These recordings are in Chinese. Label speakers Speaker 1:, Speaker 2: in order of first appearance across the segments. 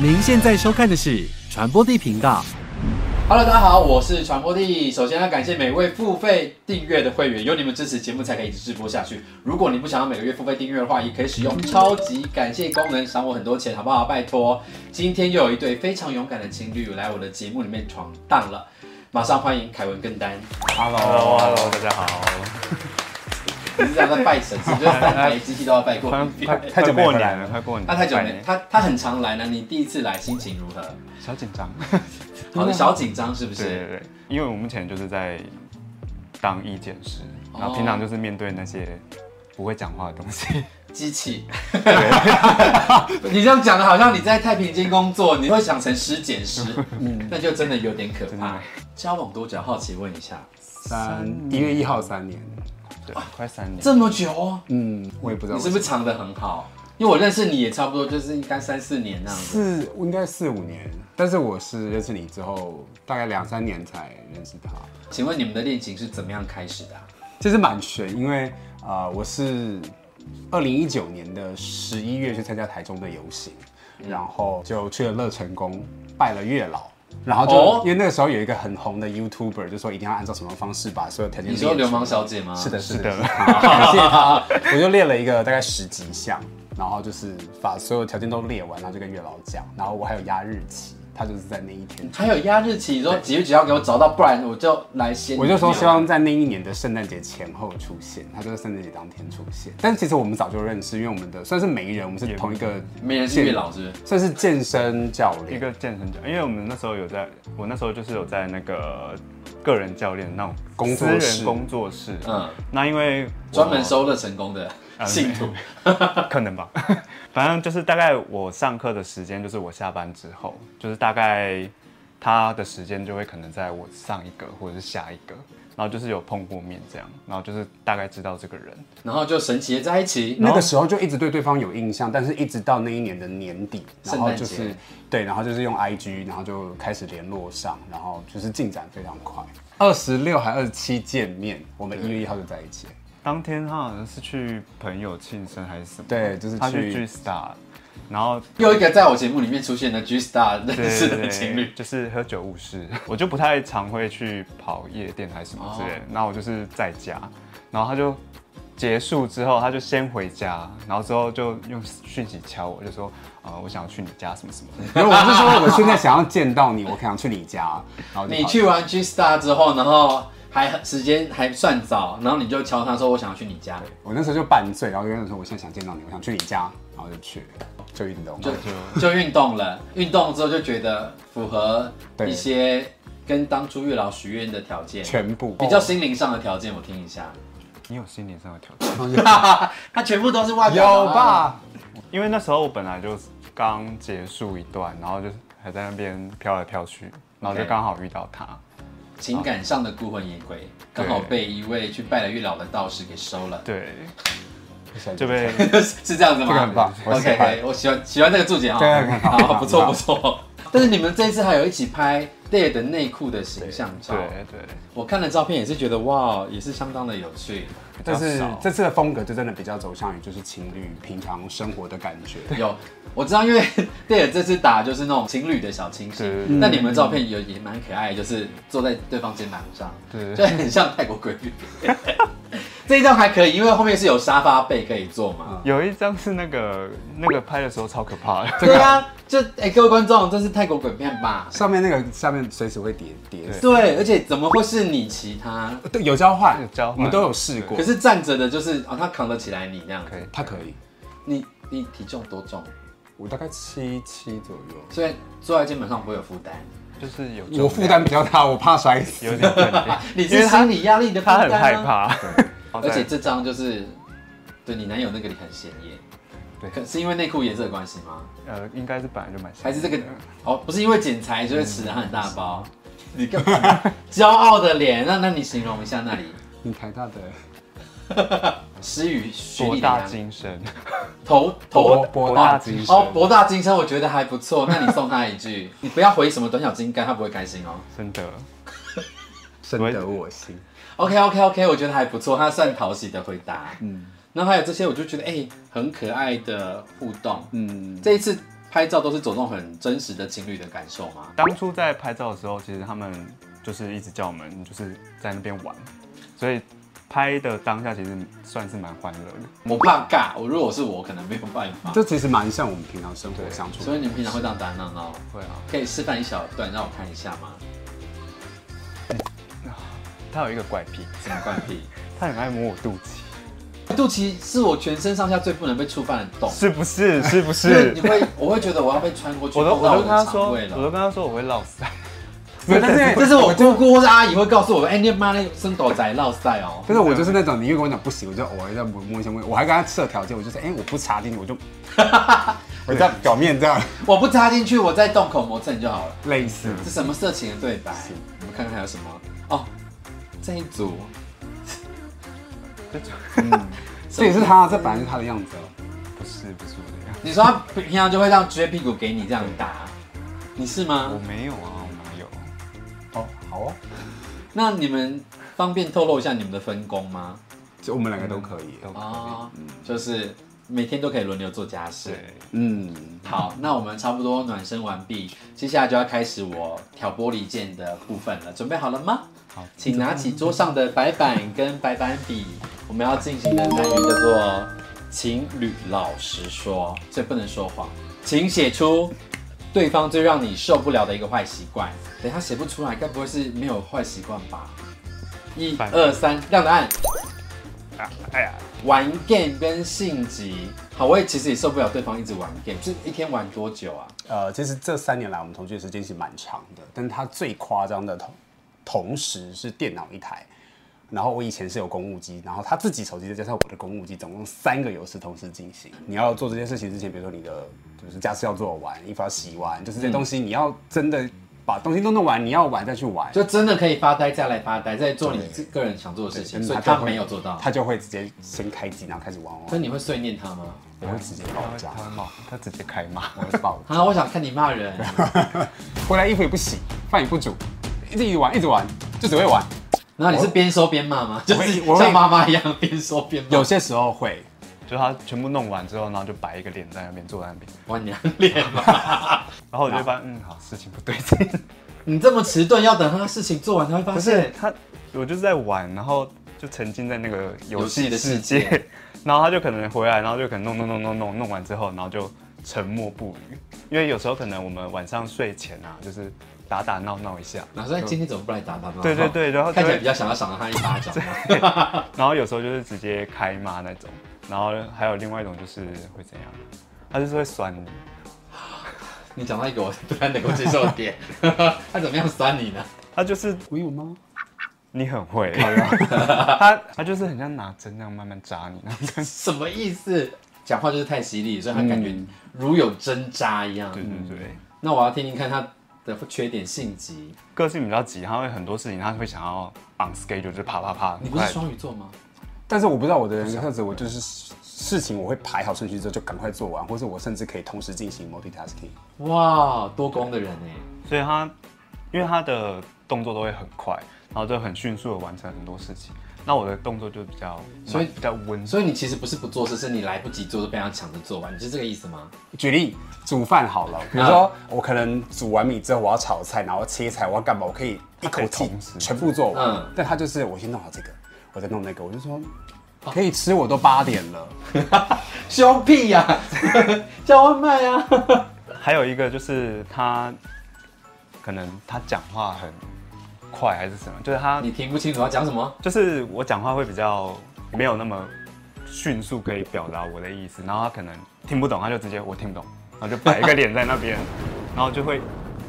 Speaker 1: 您现在收看的是传播地频道。
Speaker 2: Hello，大家好，我是传播帝。首先要感谢每位付费订阅的会员，有你们支持，节目才可以一直直播下去。如果你不想要每个月付费订阅的话，也可以使用超级感谢功能，赏我很多钱，好不好？拜托。今天又有一对非常勇敢的情侣来我的节目里面闯荡了，马上欢迎凯文跟丹。
Speaker 3: Hello，Hello，大家好。
Speaker 2: 你是这样在拜神，是不是？哎就是拜每集体都要拜过。
Speaker 3: 快太久没回来了，快过年，
Speaker 2: 他太久没，他他很常来呢。你第一次来心情如何？
Speaker 3: 小紧张。
Speaker 2: 好的，小紧张是不
Speaker 3: 对对
Speaker 2: 是？
Speaker 3: 对，因为我目前就是在当意见师，然
Speaker 2: 哦
Speaker 3: 后平常就是面对那些不会讲话的东西。
Speaker 2: 机器。 你这样讲的，好像你在太平间工作，你会想成尸检师，那就真的有点可
Speaker 3: 真
Speaker 2: 怕
Speaker 3: 的。
Speaker 2: 交往多久？好奇问一下，
Speaker 4: 三一月一号三年，
Speaker 3: 对，快三年。
Speaker 2: 这么久哦，
Speaker 4: 嗯，我也不知道
Speaker 2: 你是
Speaker 4: 为什
Speaker 2: 不是
Speaker 4: 么，
Speaker 2: 藏得很好？因为我认识你也差不多，就是应该三四年那样子。
Speaker 4: 四应该四五年，但是我是认识你之后大概两三年才认识他，
Speaker 2: 请问你们的恋情是怎么样开始的啊、
Speaker 4: 其实蛮悬，因为啊、呃我是二零一九年的十一月去参加台中的游行，
Speaker 2: 嗯
Speaker 4: 然后就去了乐成宫拜了月老。然后就、
Speaker 2: 哦
Speaker 4: 因为那个时候有一个很红的 YouTuber，就说一定要按照什么方式把所有条件
Speaker 2: 你
Speaker 4: 列
Speaker 2: 说
Speaker 4: 出
Speaker 2: 流
Speaker 4: 来
Speaker 2: 氓小姐吗？
Speaker 4: 是的，是的
Speaker 3: 是，
Speaker 4: 感谢他。我就列了一个大概十几项，然后就是把所有条件都列完，然后就跟月老讲，然后我还有压日期，他就是在那一天。
Speaker 2: 还有压日期，你说几月几号给我找到，不然我就来先。
Speaker 4: 我就说希望在那一年的圣诞节前后出现，他就在圣诞节当天出现。但其实我们早就认识，因为我们的算是媒人，我们是同一个
Speaker 2: 没人是月老是不是？
Speaker 4: 算是健身教
Speaker 3: 一
Speaker 4: 练。
Speaker 3: 个健身教，因为我们那时候有在，我那时候就是有在那个个人教练那种
Speaker 4: 工作
Speaker 3: 私
Speaker 4: 室
Speaker 3: 人工作室。
Speaker 2: 嗯，
Speaker 3: 那因为我
Speaker 2: 专门收乐成功的信徒。
Speaker 3: 可能吧， 反正就是大概我上课的时间就是我下班之后，就是大概他的时间就会可能在我上一个或者是下一个，然后就是有碰过面这样，然后就是大概知道这个人。
Speaker 2: 然后就神奇的在一起。
Speaker 4: 那个时候就一直对对方有印象，但是一直到那一年的年底，然后就
Speaker 2: 圣诞
Speaker 4: 是
Speaker 2: 节
Speaker 4: 对，然后就是用 IG，然后就开始联络上，然后就是进展非常快。二十六还二十七见面，我们一月一号就在一 起。
Speaker 3: 当天他好像是去朋友庆生还是什么，
Speaker 4: 对就是
Speaker 3: 他去
Speaker 4: 去
Speaker 3: G Star，然后
Speaker 2: 又一个在我节目里面出现的 G Star
Speaker 3: 对
Speaker 2: 认识
Speaker 3: 对
Speaker 2: 的
Speaker 3: 对
Speaker 2: 情侣，
Speaker 3: 就是喝酒误事， 我就不太常会去跑夜店还是什么之类
Speaker 2: 哦
Speaker 3: 的，那、我就是在家，然后他就结束之后，他就先回家，然后之后就用讯息敲我，就说啊、呃我想要去你家什么什么的，
Speaker 4: 然后我是说，我现在想要见到你，我想去你家，然后就跑
Speaker 2: 你去完 G Star 之后，然后还时间还算早，然后你就敲他说我想要去你家，
Speaker 4: 我那时候就半醉，然后就跟他说我现在想见到你，我想去你家，然后就去了就运动，
Speaker 2: 就
Speaker 3: 就
Speaker 2: 就运动了。运动之后就觉得符合一些跟当初月老许愿的条件，
Speaker 4: 全部哦
Speaker 2: 比较心灵上的条件，我听一下。
Speaker 3: 你有心理上的挑战，
Speaker 2: 他全部都是外表
Speaker 4: 有
Speaker 2: 的啊？
Speaker 4: 吧？
Speaker 3: 因为那时候我本来就刚结束一段，然后就是还在那边飘来飘去，然后就
Speaker 2: OK
Speaker 3: 刚好遇到他。
Speaker 2: 情感上的孤魂野鬼，刚好被一位去拜了月老的道士给收了，
Speaker 3: 对，
Speaker 4: 就
Speaker 3: 就被
Speaker 2: 是这样子吗？
Speaker 4: 这个很棒我
Speaker 2: OK，
Speaker 4: 喜欢
Speaker 2: OK，我喜欢喜欢这个注解哈。
Speaker 4: 对很好很
Speaker 2: 好，
Speaker 4: 好
Speaker 2: 不错不
Speaker 4: 很好
Speaker 2: 错。但是你们这一次还有一起拍 Day 的内裤的形象照
Speaker 3: 对，对，
Speaker 2: 我看了照片也是觉得哇，也是相当的有趣，
Speaker 3: 比较
Speaker 4: 但是
Speaker 3: 少
Speaker 4: 这次的风格就真的比较走向于就是情侣平常生活的感觉。
Speaker 2: 有。 我知道，因为 Day 这次打就是那种情侣的小清
Speaker 3: 对对
Speaker 2: 新，
Speaker 3: 对
Speaker 2: 那你们照片也也蛮可爱的，就是坐在对方肩膀上，
Speaker 3: 对
Speaker 2: 就很像泰国鬼片。 这一张还可以，因为后面是有沙发背可以坐嘛。
Speaker 3: 有一张是那个那个拍的时候超可怕的。
Speaker 2: 对啊，就哎、各位观众，这是泰国鬼片吧？
Speaker 4: 上面那个下面随时会叠叠
Speaker 3: 对
Speaker 2: 对，而且怎么会是你骑他？
Speaker 4: 对，有交换，
Speaker 3: 有交换
Speaker 4: 我们都有试过
Speaker 2: 可。是站着的，就是哦，他扛得起来你那样。
Speaker 3: 可以
Speaker 4: 他可以，
Speaker 2: 你你体重多重？
Speaker 4: 我大概七七左右。
Speaker 2: 所以坐在肩膀上不会有负担。
Speaker 3: 就是有
Speaker 4: 我负担比较大，我怕摔死。
Speaker 3: 有点分裂
Speaker 2: ，你是心理压力的负
Speaker 3: 他
Speaker 2: 担、啊、
Speaker 3: 很害。怕， 哦
Speaker 2: 而且这张就是对你男友那个你很显眼。
Speaker 3: 对
Speaker 2: 可是因为内裤颜色的关系吗？
Speaker 3: 呃应该是本来就蛮
Speaker 2: 还是这个哦，不是因为剪裁就会使得他很大 包？你干嘛？骄傲的脸，那那你形容一下那里，
Speaker 4: 你台大的
Speaker 2: 施予徐
Speaker 3: 博
Speaker 2: 丽
Speaker 3: 大
Speaker 2: 良
Speaker 3: 精深，
Speaker 2: 头头
Speaker 4: 博博大精深
Speaker 2: 哦，博大精深，我觉得还不错。那你送他一句， 你不要回什么短小精干，他不会开心哦。
Speaker 3: 真的
Speaker 4: 深得我心。
Speaker 2: OK OK OK，我觉得还不错，他算讨喜的回答。嗯，然后还有这些，我就觉得哎、很可爱的互动。
Speaker 4: 嗯，
Speaker 2: 这一次拍照都是走那种很真实的情侣的感受吗？
Speaker 3: 当初在拍照的时候，其实他们就是一直叫我们就是在那边玩，所以拍的当下其实算是蛮欢乐的。
Speaker 2: 我怕尬，我如果是我，可能没有办法。
Speaker 4: 这其实蛮像我们平常生活相处
Speaker 2: 所以
Speaker 4: 的。
Speaker 2: 你们平常会这样打打闹闹，
Speaker 3: 会啊，
Speaker 2: 可以示范一小段让我看一下吗？
Speaker 3: 他有一个怪癖，
Speaker 2: 什么怪癖？
Speaker 3: 他很爱摸我肚 脐，
Speaker 2: 肚脐是我全身上下最不能被触犯的洞，
Speaker 3: 是不是？是
Speaker 2: 因
Speaker 3: 不
Speaker 2: 为
Speaker 3: 是
Speaker 2: 你？会，我会觉得我要被穿过去，
Speaker 3: 我都
Speaker 2: 碰
Speaker 3: 我
Speaker 2: 到
Speaker 3: 都跟
Speaker 2: 的
Speaker 3: 他说，
Speaker 2: 肠胃
Speaker 3: 我
Speaker 2: 了。
Speaker 3: 都跟他说我会落腮。
Speaker 4: 没有但是
Speaker 2: 这是我姑姑或是阿姨会告诉我，哎，你妈那生狗仔落塞哦。
Speaker 4: 但是我就是那种，你越跟我讲不行，我就偶尔在摸摸一下摸一下，我还跟他设条件，我就是哎、我不插进去，我 就，我在表面这样
Speaker 2: 我不插进去，我再洞口磨蹭就好了。
Speaker 4: 类似，
Speaker 2: 这什么色情的对白？我们看看还有什么哦。这一 组，嗯
Speaker 3: 这种
Speaker 4: 这也是他，这本来就是他的样子哦了。
Speaker 3: 不是不是我的样子，
Speaker 2: 你说他平常就会让撅屁股给你这样打，嗯你是
Speaker 3: 我
Speaker 2: 吗？
Speaker 3: 没有啊，我没有。
Speaker 4: 哦，好哦，
Speaker 2: 那你们方便透露一下你们的分工吗？
Speaker 4: 就我们两个都可以。
Speaker 3: 都可以
Speaker 2: 哦，就是每天都可以轮流做家事。
Speaker 3: 对，
Speaker 4: 嗯，
Speaker 2: 好，那我们差不多暖身完毕，接下来就要开始我挑拨离间的部分了。准备好了吗？
Speaker 3: 好，
Speaker 2: 请拿起桌上的白板跟白板笔，我们要进行的单元叫做“情侣老实说”，所以不能说谎，请写出对方最让你受不了的一个坏习惯。等一下写不出来，该不会是没有坏习惯吧？一
Speaker 3: 反
Speaker 2: 二三，亮答案。
Speaker 3: 啊哎呀，
Speaker 2: 玩 game 跟性急，好，我也其实也受不了对方一直玩 game，就是一天玩多久啊？
Speaker 4: 呃，其实这三年来我们同居的时间是蛮长的，但他最夸张的同同时是电脑一台，然后我以前是有公务机，然后他自己手机再加上我的公务机，总共三个游戏同时进行。你要做这件事情之前，比如说你的就是家事要做完，衣服要洗完，就是这些东西你要真的把东西都弄完，你要玩再去玩。
Speaker 2: 嗯就真的可以发呆再来发呆，再做你自个人想做的事情，所以
Speaker 4: 就
Speaker 2: 他
Speaker 4: 会
Speaker 2: 没有做到。
Speaker 4: 他就会直接先开机，然后开始玩玩
Speaker 2: 所以
Speaker 4: 玩，
Speaker 2: 你会碎念他吗？
Speaker 4: 我会直接爆炸
Speaker 3: 他，会骂，他直接开骂。
Speaker 4: 我会爆炸，
Speaker 2: 啊，我想看你骂人。
Speaker 4: 回来衣服也不洗，饭也不煮，一直玩一直玩，就只会玩。
Speaker 2: 嗯然后你是边说边骂吗？就
Speaker 4: 会
Speaker 2: 是
Speaker 4: 我会
Speaker 2: 像妈妈一样边说边骂。
Speaker 4: 有些时候会，
Speaker 3: 就他全部弄完之后，然后就摆一个脸在那边坐在那边，
Speaker 2: 我娘脸 吗？
Speaker 3: 然后我就会发现，嗯，好，事情不对劲。
Speaker 2: 你这么迟钝，要等他事情做完才会发
Speaker 3: 不是
Speaker 2: 现。
Speaker 3: 他，我就是在玩，然后就沉浸在那个游戏的
Speaker 2: 游戏的
Speaker 3: 世
Speaker 2: 世
Speaker 3: 界， 然后他就可能回来，然后就可能弄弄弄弄弄弄完之后，然后就沉默不语，因为有时候可能我们晚上睡前啊，就是打打闹闹一下，
Speaker 2: 老师，哎今天怎么不来打他吗？
Speaker 3: 对对对然后就
Speaker 2: 看起来
Speaker 3: 会
Speaker 2: 比较想要赏了他一巴掌啊 吗。
Speaker 3: 然后有时候就是直接开骂那种，然后还有另外一种就是会怎样，他就是会酸你，
Speaker 2: 你讲到一个我不太能够接受的点， 他怎么样酸你呢？
Speaker 3: 他就是
Speaker 4: 我有吗？
Speaker 3: 你很会， 他他就是很像拿针那样慢慢扎你，然后这样
Speaker 2: 什么意思？讲话就是太犀利，所以他感觉如有针扎一样。
Speaker 3: 嗯对对对，
Speaker 2: 那我要听听看他的缺点性急。
Speaker 3: 个性比较急，他会很多事情他会想要 on schedule，就是啪啪啪，
Speaker 2: 你
Speaker 3: 很
Speaker 2: 不是
Speaker 3: 快
Speaker 2: 双鱼座吗？
Speaker 4: 但是我不知道我的人格特质，我就是事事情我会排好顺序之后就赶快做完，或是我甚至可以同时进行 multitasking。
Speaker 2: 哇，多功的人哎、
Speaker 3: 所以他因为他的动作都会很快，然后就很迅速的完成很多事情。那我的动作就比较，
Speaker 2: 所以
Speaker 3: 比较温顺。
Speaker 2: 所以你其实不是不做事，是你来不及做，就被他抢着做完，你是这个意思吗？
Speaker 4: 举例，煮饭好 了，比如说我可能煮完米之后我要炒菜，然后切菜，我要干嘛，我可以一口气
Speaker 3: 同时
Speaker 4: 全部做完。
Speaker 2: 嗯
Speaker 4: 但他就是我先弄好这个，我再弄那个，我就说可以吃，我都八点了。
Speaker 2: 凶屁呀、 叫外卖啊呀、
Speaker 3: 还有一个就是他可能他讲话很快还是什么，就是他
Speaker 2: 你听不清楚他讲什么？
Speaker 3: 就是我讲话会比较没有那么迅速可以表达我的意思，然后他可能听不懂，他就直接我听不懂，然后就摆一个脸在那边，然后就会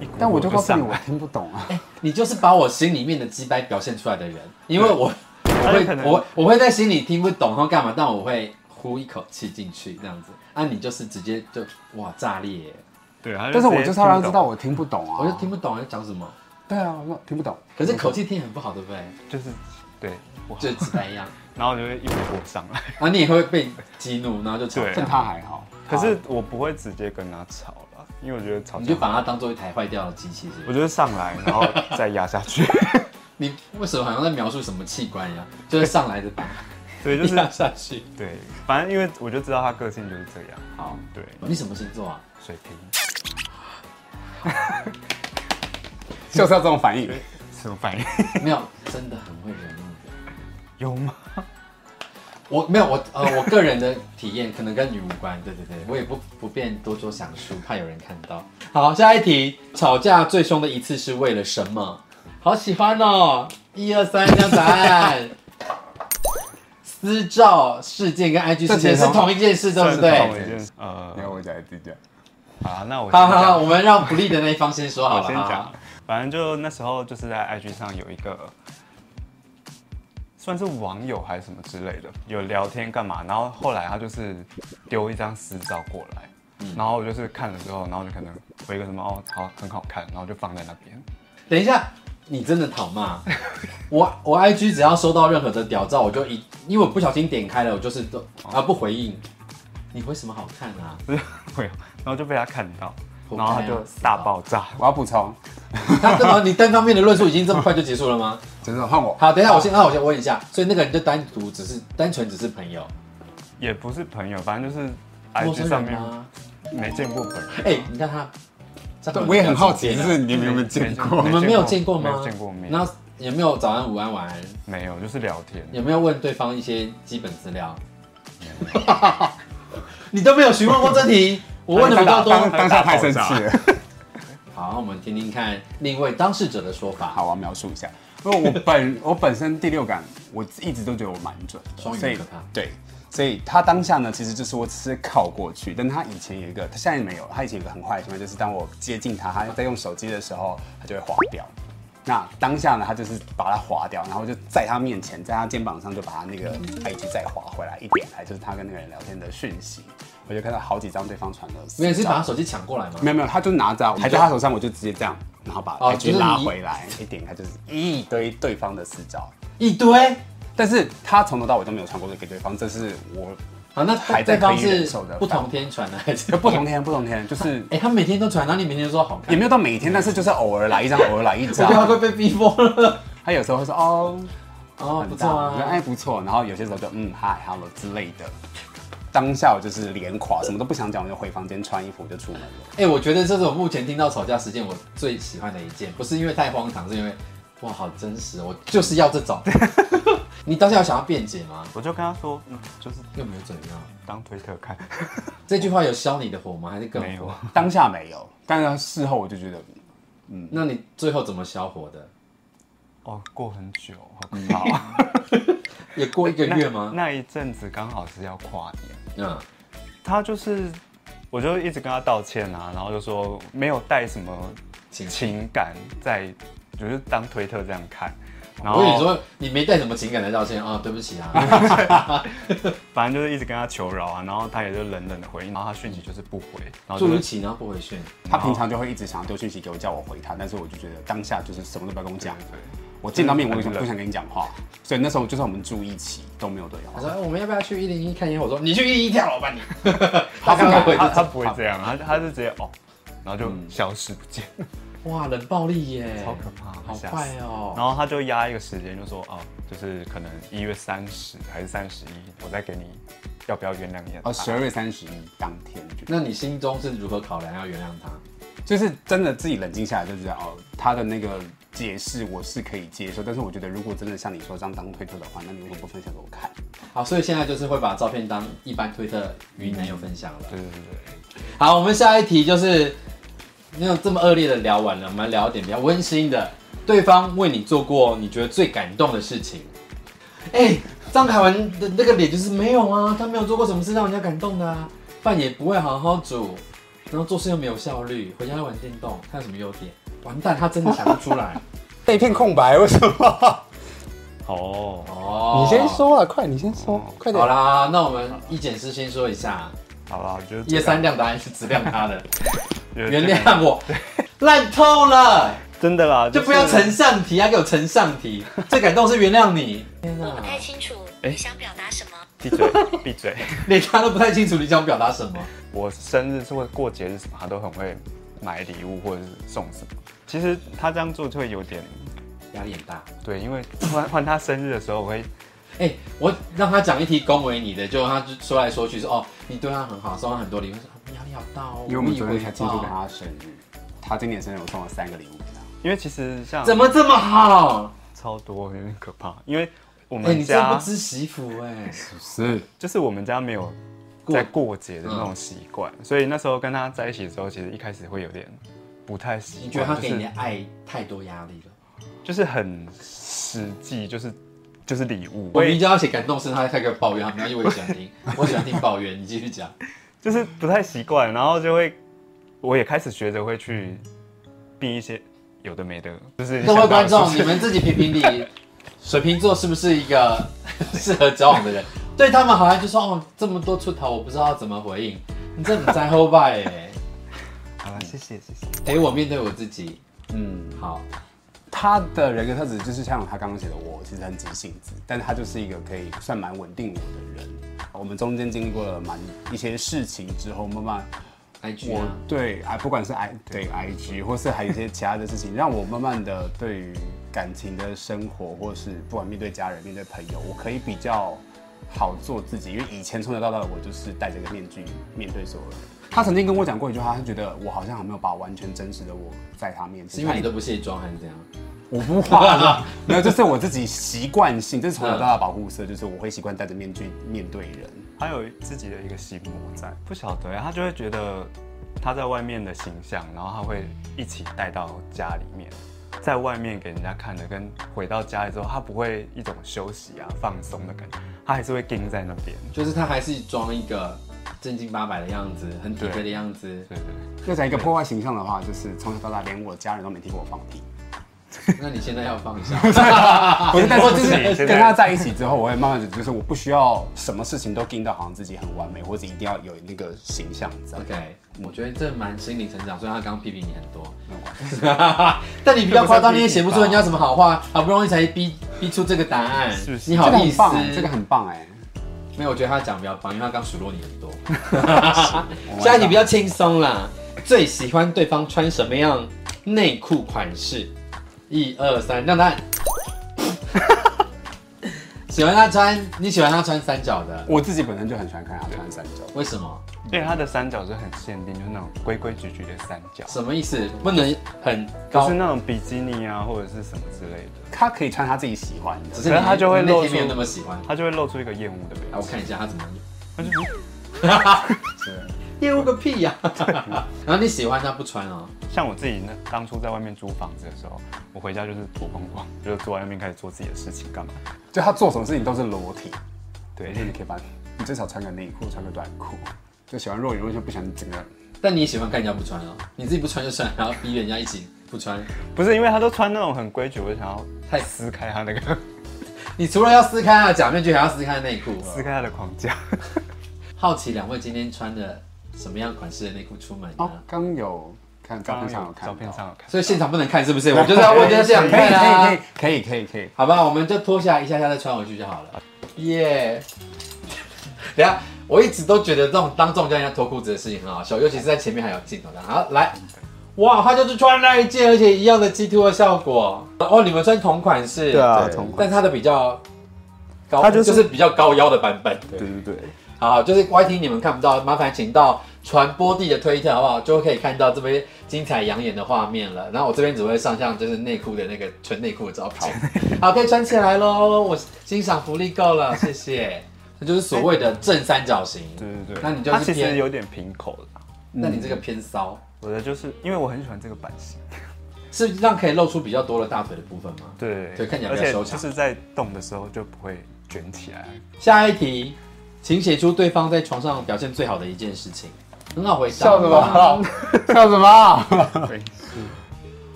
Speaker 3: 一股火
Speaker 4: 但我就告诉你，
Speaker 3: 上
Speaker 4: 我
Speaker 3: 来
Speaker 4: 听不懂啊。
Speaker 2: 你就是把我心里面的鸡掰表现出来的人，因为我我
Speaker 3: 他有可
Speaker 2: 会
Speaker 3: 能
Speaker 2: 我我会在心里听不懂他干嘛，但我会呼一口气进去这样子。啊，你就是直接就哇炸裂耶，
Speaker 3: 对，他
Speaker 4: 但是我
Speaker 3: 直
Speaker 4: 就
Speaker 3: 接
Speaker 4: 是要让
Speaker 3: 听不懂
Speaker 4: 他知道我听不懂啊。
Speaker 2: 我就听。不懂他在讲什么，
Speaker 4: 对啊，我说听不懂。
Speaker 2: 可是口气听很不好，对不对？
Speaker 3: 就是对我，
Speaker 2: 就鸡掰一样，
Speaker 3: 然后就会一股火上来。
Speaker 2: 然啊后你也会被激怒，然后就吵
Speaker 3: 对
Speaker 4: 但
Speaker 2: 架，
Speaker 4: 他还好。
Speaker 3: 可是我不会直接跟他吵了，因为我觉得吵
Speaker 2: 你
Speaker 3: 架
Speaker 2: 就，把它当做一台坏掉的机器，是不
Speaker 3: 我
Speaker 2: 是？
Speaker 3: 就是上来然后再压下 去，
Speaker 2: 你为什么好像在描述什么器官一样？就是上来的把
Speaker 3: 对， 就
Speaker 2: 它
Speaker 3: 是
Speaker 2: 压下去。
Speaker 3: 对，反正因为我就知道他个性就是这样。
Speaker 2: 好，
Speaker 3: 对，
Speaker 2: 你什么星座啊？
Speaker 3: 水瓶，
Speaker 4: 就是要这种反应。
Speaker 3: 什么 反应？
Speaker 2: 没有，真的很会惹怒人。
Speaker 3: 有吗？
Speaker 2: 我没有，我呃，我个人的体验可能跟你无关，对对对，我也不不便多做详述，怕有人看到。好，下一题，吵架最凶的一次是为了什么？好喜欢哦，一二三，这样答案。 私照事件跟 IG 事件是同一件事，对不
Speaker 3: 算是同一
Speaker 2: 对？
Speaker 3: 件事呃
Speaker 4: 你，看我讲自己讲，
Speaker 3: 好啊，那
Speaker 2: 好
Speaker 3: 我先
Speaker 2: 好
Speaker 3: 讲
Speaker 2: 好，我们让不利的那一方先说好
Speaker 3: 我
Speaker 2: 了。
Speaker 3: 先
Speaker 2: 好
Speaker 3: 讲
Speaker 2: 好，
Speaker 3: 反正就那时候就是在 IG 上有一个算是网友还是什么之类的，有聊天干嘛，然后后来他就是丢一张私照过来，
Speaker 2: 嗯
Speaker 3: 然后我就是看了之后，然后就可能回一个什么哦好很好看，然后就放在那边，
Speaker 2: 等一下，你真的讨骂我？我 IG 只要收到任何的屌照，我就一因为我不小心点开了，我就是都
Speaker 3: 哦
Speaker 2: 啊不回应。你回什么好看啊？
Speaker 3: 没有，然后就被他看到，
Speaker 2: 活该
Speaker 3: 然
Speaker 2: 啊
Speaker 3: 后他就大爆炸，
Speaker 4: 我要补充，
Speaker 2: 他 干嘛？你单方面的论述已经这么快就结束了吗？
Speaker 4: 就是换我。
Speaker 2: 好，等一下，我先，那啊我先问一下，所以那个人就单独只是单纯只是朋友，
Speaker 3: 也不是朋友，反正就是
Speaker 2: 陌生
Speaker 3: IG 上
Speaker 2: 人
Speaker 3: 面
Speaker 2: 吗？
Speaker 3: 没见过本人。
Speaker 2: 哎、你看他，这样
Speaker 4: 我也很好奇，
Speaker 2: 有
Speaker 4: 就
Speaker 2: 点
Speaker 4: 是你们有没有见过
Speaker 2: 啊你？们没有见过
Speaker 3: 没
Speaker 2: 吗？
Speaker 3: 有见过面
Speaker 2: 然后也没有早安、午安、晚安，
Speaker 3: 没有，就是聊天。
Speaker 2: 也没有问对方一些基本资 料。你都没有询问过这题， 我 问的比较
Speaker 4: 当
Speaker 2: 多。
Speaker 4: 当下太生气了。
Speaker 2: 好，我们听听看另一位当事者的说法。
Speaker 4: 好，我要描述一下，因为我本我本身第六感，我一直都觉得我蛮准的，
Speaker 2: 双鱼
Speaker 4: 所以
Speaker 2: 可怕
Speaker 4: 对，所以他当下呢，其实就是我只是靠过去，但他以前有一个，他现在没有，他以前有一个很坏的习惯，就是当我接近他，他在用手机的时候，他就会划掉。那当下呢，他就是把它划掉，然后就在他面前，在他肩膀上就把他那个 IG 再划回来一点，还就是他跟那个人聊天的讯息，我就看到好几张对方传的私
Speaker 2: 没有，你是
Speaker 4: 照
Speaker 2: 把他手机抢过来吗？
Speaker 4: 没有没有，他就拿着，还在他手上，我就直接这样，然后把
Speaker 2: 哦
Speaker 4: IG 拉回来、一点，他就是一堆对方的私照，
Speaker 2: 一堆。
Speaker 4: 但是他从头到尾都没有传过这给对方，这是我
Speaker 2: 好，那
Speaker 4: 还在
Speaker 2: 对方
Speaker 4: 可以忍
Speaker 2: 是
Speaker 4: 受的
Speaker 2: 不同天传的还是
Speaker 4: 就不同天不同天，就是
Speaker 2: 哎、他每天都传，然后你每天都说好看，啊
Speaker 4: 也没有到每天，但是就是偶尔来一张，偶尔来 一
Speaker 2: 我觉得他
Speaker 4: 张。
Speaker 2: 会被逼疯了。
Speaker 4: 他有时候会说哦，
Speaker 2: 哦，
Speaker 4: 很
Speaker 2: 不
Speaker 4: 大
Speaker 2: 错
Speaker 4: 我觉得
Speaker 2: 啊。
Speaker 4: 哎不错，然后有些时候就嗯嗨 hello 之类的。当下我就是连垮，什么都不想讲，我就回房间穿衣服我就出门了。
Speaker 2: 哎、我觉得这是我目前听到吵架事件我最喜欢的一件，不是因为太荒唐，是因为哇，好真实，我就是要这 种。你当下有想要辩解吗？
Speaker 3: 我就跟他说，嗯，就是
Speaker 2: 又没有怎样。
Speaker 3: 当推特看，
Speaker 2: 这句话有消你的火吗？还是更
Speaker 3: 没有啊
Speaker 2: 火？
Speaker 4: 当下没有，但是事后我就觉得
Speaker 2: 那你最后怎么消火的？
Speaker 3: 哦，过很久，好可怕、啊。
Speaker 2: 也嗯 过一个月吗？
Speaker 3: 那一阵子刚好是要跨年，
Speaker 2: 嗯，
Speaker 3: 他就是，我就一直跟他道歉啊，然后就说没有带什么
Speaker 2: 情
Speaker 3: 情感在，就是当推特这样看。然
Speaker 2: 我跟你
Speaker 3: 后
Speaker 2: 说，你没带什么情感来道歉啊，对不 起啊。
Speaker 3: 反正就是一直跟他求饶啊，然后他也就冷冷的回应，然后他讯息就是不回，然后
Speaker 2: 住一
Speaker 3: 就是
Speaker 2: 起，然后不回 讯，
Speaker 4: 他平常就会一直想要丢讯息给我，叫我回他，但是我就觉得当下就是什么都不要跟我讲。
Speaker 3: 对
Speaker 4: 我见到面我也不想跟你讲话，所以那时候就算我们住一起都没有对
Speaker 2: 他
Speaker 4: 话
Speaker 2: 说、。哎我们要不要去一零一看烟火？我说你去一零一跳楼吧 你。
Speaker 4: 他不敢
Speaker 2: 会
Speaker 3: 他他不会这样，他他是直接哦，然后就
Speaker 2: 嗯
Speaker 3: 消失不见，
Speaker 2: 哇，冷暴力耶，
Speaker 3: 好可怕，
Speaker 2: 好
Speaker 3: 吓死
Speaker 2: 快哦。
Speaker 3: 然后他就压一个时间，就说哦，就是可能一月三十还是三十一，我再给你，要不要原谅你的答案？
Speaker 4: 哦，十二月三十一当天就
Speaker 2: 那你心中是如何考量要原谅他？
Speaker 4: 就是真的自己冷静下来，就觉得哦，他的那个解释我是可以接受，但是我觉得如果真的像你说这样当推特的话，那你为什么不分享给我看？
Speaker 2: 好，所以现在就是会把照片当一般推特与男友分享了。
Speaker 3: 对对对对，
Speaker 2: 好，我们下一题就是，没有这么恶劣的聊完了，我们来聊一点比较温馨的，对方为你做过你觉得最感动的事情。哎、张凯文的那个脸就是没有啊，他没有做过什么事让人家感动的啊，饭也不会好好煮，然后做事又没有效率，回家又玩电动，他有什么优点？完蛋，他真的想不出 来。
Speaker 4: 被一片空白，为什么？
Speaker 3: 哦，
Speaker 2: 哦，。
Speaker 4: 啊，快你先说，快
Speaker 2: 好啦，那我们一检师先说一下，
Speaker 3: 好啦，我觉得
Speaker 2: 叶三亮答案是质量他 的，原
Speaker 3: 原
Speaker 2: 谅我，烂透了。
Speaker 3: 真的啦，
Speaker 2: 就不要呈上题，要给我呈上题。最感动是原谅你， 天
Speaker 5: 我
Speaker 2: 哪，
Speaker 5: 不太清楚
Speaker 3: 哎
Speaker 5: 你想表达什么。
Speaker 3: 闭嘴闭嘴。
Speaker 2: 连他都不太清楚你想表达什么。
Speaker 3: 我生日是或过节日什么，他都很会买礼物或者是送什么。其实他这样做就会有点
Speaker 2: 压力很大。
Speaker 3: 对，因为换换他生日的时候，我会
Speaker 2: 哎、我让他讲一题恭维你的，就他就说来说去说哦，你对他很好，送他很多礼物，说啊压力好想到，
Speaker 4: 因为我们昨天
Speaker 2: 以
Speaker 4: 才庆祝
Speaker 2: 吧
Speaker 4: 他生日，他今年生日我送了三个礼物给他，
Speaker 3: 因为其实像
Speaker 2: 怎么这么好？
Speaker 3: 超多有点可怕，因为我
Speaker 2: 哎，
Speaker 3: 们
Speaker 2: 你真
Speaker 3: 家、
Speaker 2: 不知媳妇哎，
Speaker 4: 是
Speaker 3: 就是我们家没有在过节的那种习惯，所以那时候跟他在一起之后，其实一开始会有点不太习惯。
Speaker 2: 你觉得他给
Speaker 3: 就
Speaker 2: 你
Speaker 3: 是
Speaker 2: 的爱太多压力了？
Speaker 3: 就是很实际，就是就是礼物，
Speaker 2: 我
Speaker 3: 所
Speaker 2: 明
Speaker 3: 以
Speaker 2: 知道要写感动是他开始抱怨，他没关系，我也喜欢听， 我喜欢听抱怨，你继续讲。
Speaker 3: 就是不太习惯，然后就会我也开始学着会去避一些有的没的，就是
Speaker 2: 各位观众，你
Speaker 3: 想到的事情
Speaker 2: 们自己评评理， 水瓶座是不是一个 适合交往的人？对他们好像就说哦，这么多出头，我不知道怎么回应。你这不在后吧？ 哎，
Speaker 3: 好了，谢谢谢谢。
Speaker 2: 哎，我面对我自己，
Speaker 4: 嗯，
Speaker 2: 好，
Speaker 4: 他的人格特质就是像他刚刚写的我，其实很急性子，但他就是一个可以算蛮稳定我的人。我们中间经历过了蛮一些事情之后，慢慢
Speaker 2: 来句
Speaker 4: 我
Speaker 2: 啊，
Speaker 4: 对啊，不管是 I 对 IG，或是还有一些其他的事情，让我慢慢的对于感情的生活，或是不管面对家人、面对朋友，我可以比较好做自己。因为以前从小到大的我就是戴着个面具面对所有人。他曾经跟我讲过一句话，他觉得我好像还没有把完全真实的我在他面前。
Speaker 2: 是因为你都不卸妆还是怎样？
Speaker 4: 我不化， 没有，这是我自己习惯性，这是从小到大的保护色，就是我会习惯戴着面具面对人。
Speaker 3: 他有自己的一个心魔在，不晓得他就会觉得他在外面的形象，然后他会一起带到家里面，在外面给人家看的，跟回到家里之后，他不会一种休息啊放松的感觉，他还是会盯在那边。
Speaker 2: 就是他还是装一个正经八百的样子，很体贴的样子。
Speaker 3: 对对，
Speaker 4: 要讲一个破坏形象的话，就是从小到大连我家人都没听过我放屁。
Speaker 2: 那你现在要放下，
Speaker 4: 不是，但是
Speaker 3: 我
Speaker 4: 就
Speaker 3: 自己
Speaker 4: 是
Speaker 3: 现
Speaker 4: 跟
Speaker 3: 在
Speaker 4: 他在一起之后，我会慢慢的，就是我不需要什么事情都盯到好像自己很完美，或者一定要有那个形象在。
Speaker 2: OK，我觉得这蛮心理成长，虽然他刚刚批评你很多，
Speaker 4: 嗯
Speaker 2: 但你比较夸张，你也写不出人家什么好话，好不容易才逼逼出这个答案，
Speaker 3: 是是
Speaker 2: 你
Speaker 4: 这
Speaker 2: 好
Speaker 4: 个
Speaker 2: 意
Speaker 4: 很
Speaker 2: 思？
Speaker 4: 棒，这个很棒哎。
Speaker 2: 没有，我觉得他讲比较棒，因为他刚数落你很多。 下一题比较轻松啦，最喜欢对方穿什么样内裤款式？一二三，让答案。喜欢他穿，你喜欢他穿三角的，
Speaker 4: 我自己本身就很喜欢看他穿三角，
Speaker 2: 为什么？
Speaker 3: 因为他的三角是很限定，就是那种规规矩矩的三角，
Speaker 2: 什么意思？不能很
Speaker 3: 不
Speaker 2: 高
Speaker 3: 是，那种比基尼啊或者是什么之类的，
Speaker 4: 他可以穿他自己喜欢的
Speaker 2: 只。是
Speaker 3: 可
Speaker 2: 你
Speaker 3: 是他就会
Speaker 2: 你那
Speaker 3: 露
Speaker 2: 天
Speaker 3: 出
Speaker 2: 没有那么喜欢。
Speaker 3: 他就会露出一个厌恶的
Speaker 2: 来，
Speaker 3: 表
Speaker 2: 我
Speaker 3: 情。
Speaker 2: 看一下他怎么
Speaker 3: 他就嗯
Speaker 4: 是
Speaker 2: 厌恶个屁呀、然后你喜欢他不穿哦，
Speaker 3: 像我自己那当初在外面租房子的时候，我回家就是脱光光， 就是坐在那边开始做自己的事情，干嘛？
Speaker 4: 就他做什么事情都是裸体，
Speaker 3: 对
Speaker 4: 而且你可以把，你至少穿个内裤，穿个短裤。就喜欢若隐若现，不喜欢整个。
Speaker 2: 但你也喜欢看人家不穿哦，你自己不穿就算，然后逼人家一起不穿。
Speaker 3: 不是因为他都穿那种很规矩，我就想要
Speaker 2: 太
Speaker 3: 撕开他那个
Speaker 2: 你除了要撕开他的假面具，还要撕开内裤。哦
Speaker 3: 撕开他的框架。
Speaker 2: 好奇两位今天穿的什么样款式的内裤出门呢？
Speaker 4: 哦，刚有看照片上有看到，
Speaker 3: 照片上有看，
Speaker 2: 所以现场不能看是不 是？我就是要问大家现场
Speaker 4: 可以
Speaker 2: 看啊。
Speaker 4: 可以可以可以可以可以。
Speaker 2: 好吧，我们就脱下来一下下再穿回去就好了。耶、 等一下，我一直都觉得这种当众叫人家脱裤子的事情很好笑，尤其是在前面还有镜头的。好，来，哇，他就是穿那一件，而且一样的 G two 的效果。哦，你们穿同款式，
Speaker 3: 对啊
Speaker 4: 对同款
Speaker 2: 但他的比较高，
Speaker 3: 他就是
Speaker 2: 就是比较高腰的版本。对，
Speaker 4: 对对对，
Speaker 2: 好，就是 YT 你们看不到，麻烦请到传播地的推特好不好？就可以看到这边精彩养眼的画面了。然后我这边只会上相，就是内裤的那个纯内裤的照片。好，可以穿起来喽，我欣赏福利够了，谢谢。那就是所谓的正三角形。
Speaker 3: 对对对，
Speaker 2: 那你就
Speaker 3: 他
Speaker 2: 是
Speaker 3: 其
Speaker 2: 偏
Speaker 3: 实有点平口的。
Speaker 2: 那你这个偏骚，
Speaker 3: 我的就是因为我很喜欢这个版型，
Speaker 2: 是让可以露出比较多的大腿的部分吗？
Speaker 3: 对
Speaker 2: 对看起来
Speaker 3: 而
Speaker 2: 比较
Speaker 3: 且
Speaker 2: 修
Speaker 3: 就
Speaker 2: 长
Speaker 3: 是在动的时候就不会卷起来。
Speaker 2: 下一题，请写出对方在床上表现最好的一件事情。很好回答，
Speaker 4: 笑什么？笑什么？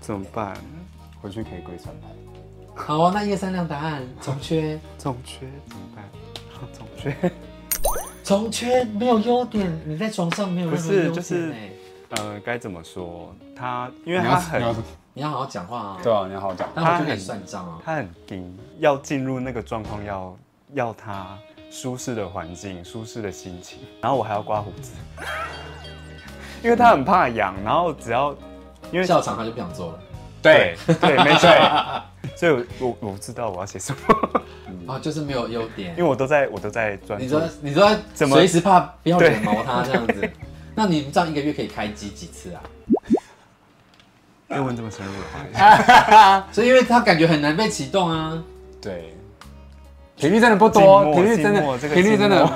Speaker 3: 怎么办？
Speaker 4: 回去可以跪算盘。
Speaker 2: 好啊，那一二三亮答案，重缺，
Speaker 3: 总缺怎么 办？总缺，
Speaker 2: 重缺没有优点，你在床上没有任何
Speaker 3: 不是
Speaker 2: 优点、欸、
Speaker 3: 就是呃，该怎么说？他因为
Speaker 4: 你
Speaker 3: 他
Speaker 4: 要你
Speaker 3: 很
Speaker 4: 要
Speaker 2: 你要好好讲话啊，
Speaker 4: 对啊，你要好好讲。
Speaker 2: 那我就给你算账啊。
Speaker 3: 他很硬，要进入那个状况，要要他舒适的环境、舒适的心情，然后我还要刮胡子， 因为他很怕痒，然后只要因为
Speaker 2: 笑场他就不想做了。
Speaker 4: 对，
Speaker 3: 对没 错，所以我我我不知道我要写什么，
Speaker 2: 啊，就是没有优点
Speaker 3: 嗯因为。我都在我都在专
Speaker 2: 你
Speaker 3: 注
Speaker 2: 说，你说，
Speaker 3: 怎么
Speaker 2: 随时怕不要脸毛他这样子，那你们这样一个月可以开机几次啊？
Speaker 3: 要问这么深入的话，
Speaker 2: 所以因为它感觉很难被启动啊。
Speaker 4: 对，频率真的不多，
Speaker 3: 静默
Speaker 4: 频率真
Speaker 3: 静默
Speaker 4: 的，
Speaker 3: 这个
Speaker 4: 频 率真
Speaker 3: 静
Speaker 4: 的
Speaker 3: 默，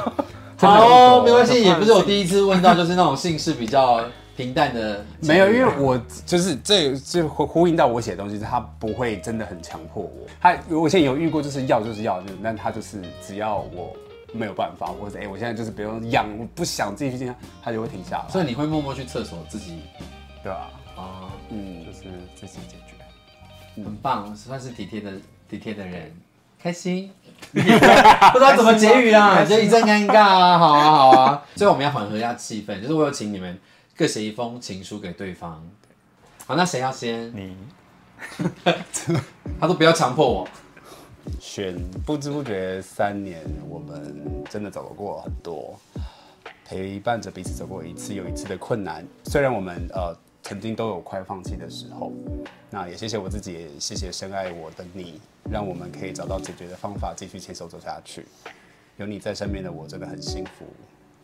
Speaker 4: 真的不
Speaker 2: 哦
Speaker 4: 多，
Speaker 2: 没关系，也不是我第一次问到，就是那种姓氏比较平淡的。啊
Speaker 4: 没有，因为我就是这这呼呼应到我写的东西，他不会真的很强迫我。他我现在有遇过，就是要就是要，但他就是只要我没有办法，或者哎、我现在就是不用养，我不想自己去健康，他就会停下来。
Speaker 2: 所以你会默默去厕所自己
Speaker 3: 对啊，
Speaker 2: 啊，
Speaker 4: 嗯
Speaker 3: 就，是自己解决。
Speaker 2: 很棒，算是体贴的体贴的人，开心。 不知道怎么结语啦，就一阵尴尬啊，好啊好啊。所以我们要缓和一下气氛，就是我有请你们各写一封情书给对方。好，那谁要先？
Speaker 3: 你
Speaker 2: 他说不要强迫我。
Speaker 4: 选不知不觉三年，我们真的走过很多，陪伴着彼此走过一次又一次的困难。虽然我们呃曾经都有快放弃的时候，那也谢谢我自己，也谢谢深爱我的你，让我们可以找到解决的方法，继续牵手走下去。有你在身边的我真的很幸福，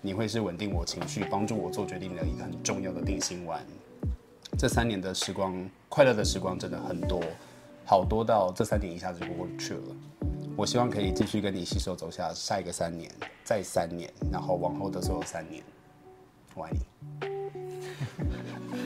Speaker 4: 你会是稳定我情绪、帮助我做决定的一个很重要的定心丸。这三年的时光，快乐的时光真的很多，好多到这三年一下子就过去了。我希望可以继续跟你携手走下下一个三年，再三年，然后往后的所有三年，我爱你。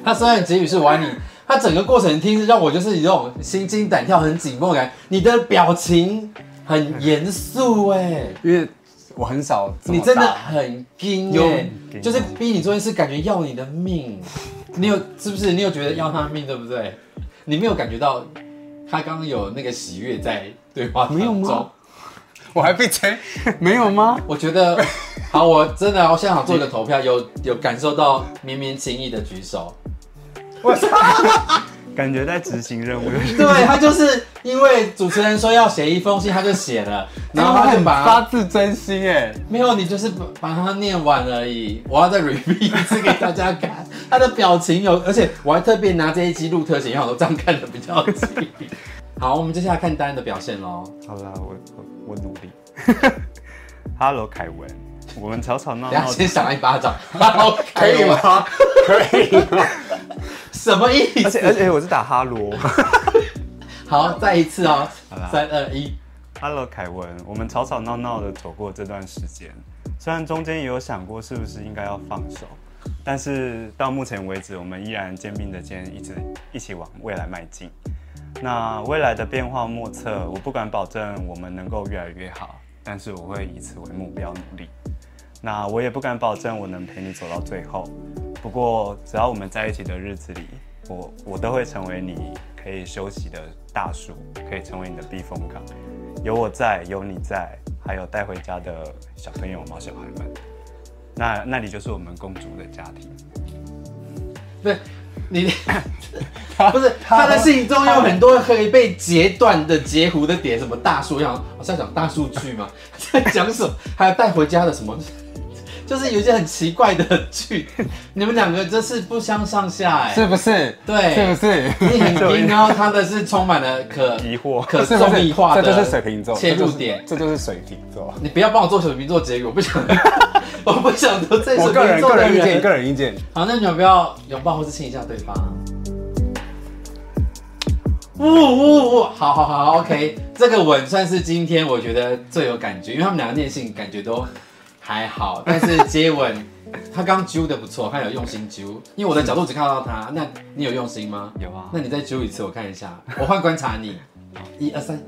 Speaker 2: 他虽然结语是玩你，他整个过程听让我就是有一种心惊胆跳、很紧迫感。你的表情很严肃哎，
Speaker 4: 因为我很少这么
Speaker 2: 你真的
Speaker 4: 大
Speaker 2: 很惊
Speaker 4: 有
Speaker 2: 哎、就是逼你做件事，感觉要你的命。你有是不是？你有觉得要他命对不对？你没有感觉到他刚刚有那个喜悦在对话当
Speaker 4: 没有
Speaker 2: 中
Speaker 4: 吗？我还被牵，没有吗？
Speaker 2: 我觉得 好，我真的我现在想做一个投票，有有感受到绵绵情意的举手。
Speaker 3: 感觉在执行任务，
Speaker 2: 对 他就是因为主持人说要写一封信，他就写了， 然后他就把
Speaker 4: 发自真心哎，
Speaker 2: 没有，你就是把把它念完而已。我要再 repeat 一次给大家看，他的表情有，而且我还特别拿这一集录特写，因为我都这样看的比较急。好，我们接下来看丹的表现喽。
Speaker 3: 好啦，我我我努力。Hello，凯文，我们吵吵闹
Speaker 2: 等一下
Speaker 3: 闹，
Speaker 2: 先赏他一巴掌，好，可以吗？
Speaker 4: 吗？可以吗。
Speaker 2: 什么意
Speaker 3: 而且而
Speaker 2: 思？
Speaker 3: 且我是打哈罗。
Speaker 2: 好，再一次哦
Speaker 3: 啦，
Speaker 2: 三二一，
Speaker 3: Hello，凯文，我们吵吵闹闹的走过这段时间，虽然中间也有想过是不是应该要放手，但是到目前为止，我们依然肩并着肩，一直一起往未来迈进。那未来的变化莫测，我不敢保证我们能够越来越好，但是我会以此为目标努力。那我也不敢保证我能陪你走到最后，不过只要我们在一起的日子里，我我都会成为你可以休息的大树，可以成为你的避风港。有我在，有你在，还有带回家的小朋友、毛小孩们，那那里就是我们公主的家庭。
Speaker 2: 不是 你，不是他的信中有很多可以被截断的截胡的点，什么大数样，我在讲大数据吗？ 在讲什么？还有带回家的什么？ 就是有一些很奇怪的剧，你们两个真是不相上下哎、
Speaker 4: 是不是？
Speaker 2: 对
Speaker 4: 是不是？
Speaker 2: 你很拼，然后他的是充满了可
Speaker 3: 疑惑
Speaker 2: 可
Speaker 4: 是不
Speaker 2: 综
Speaker 4: 是
Speaker 2: 艺？化
Speaker 4: 这
Speaker 2: 的，
Speaker 4: 就是水瓶座
Speaker 2: 切入
Speaker 4: 这就是
Speaker 2: 点。
Speaker 4: 这就是水瓶座。
Speaker 2: 你不要帮我做水瓶座结语，我不想， 我不想得罪
Speaker 4: 我
Speaker 2: 水
Speaker 4: 个人
Speaker 2: 瓶座
Speaker 4: 个
Speaker 2: 的
Speaker 4: 人意见，
Speaker 2: 人。
Speaker 4: 个人意见。
Speaker 2: 好，那你们不要拥抱或是亲一下对方。呜呜呜！好好好好，OK，这个吻算是今天我觉得最有感觉，因为他们两个念性感觉都还好，但是接吻，他刚揪的不错，他有用心揪，因为我的角度只看到他，那你有用心吗？
Speaker 3: 有啊
Speaker 2: 那，你再揪一次，我看一下，我换观察你，一二三，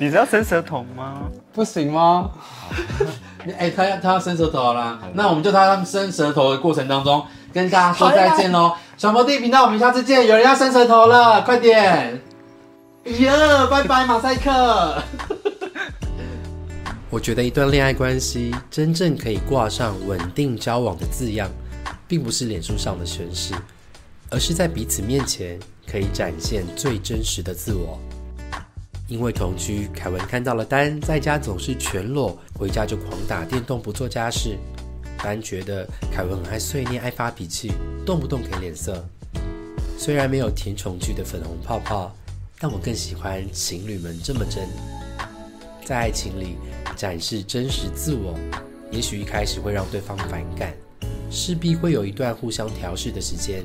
Speaker 3: 你知道伸舌头吗？
Speaker 4: 不行吗？
Speaker 2: 哎、他要他要伸舌头啦，那我们就在他们伸舌头的过程当中跟大家说再见喽。传播地频道，我们下次见。有人要伸舌头了，快点！耶、拜拜，马赛克。
Speaker 5: 我觉得一段恋爱关系真正可以挂上“稳定交往”的字样，并不是脸书上的宣誓，而是在彼此面前可以展现最真实的自我。因为同居，凯文看到了丹在家总是全裸，回家就狂打电动，不做家事。丹觉得凯文很爱碎念、爱发脾气，动不动给脸色。虽然没有甜宠剧的粉红泡泡，但我更喜欢情侣们这么真。在爱情里展示真实自我，也许一开始会让对方反感，势必会有一段互相调试的时间，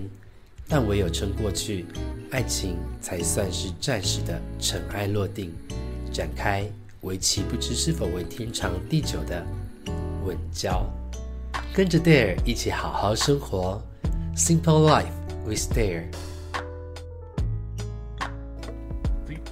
Speaker 5: 但唯有撑过去，爱情才算是暂时的尘埃落定，展开为期不知是否为天长地久的稳交。跟着 Dare 一起好好生活，Simple Life with Dare。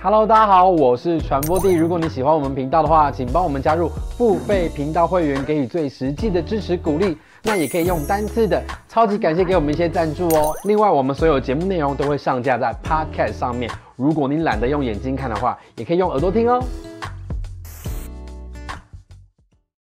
Speaker 6: Hello，大家好，我是传播帝。如果你喜欢我们频道的话，请帮我们加入付费频道会员，给予最实际的支持鼓励。那也可以用单次的，超级感谢给我们一些赞助哦。另外，我们所有节目内容都会上架在 Podcast 上面，如果你懒得用眼睛看的话，也可以用耳朵听哦。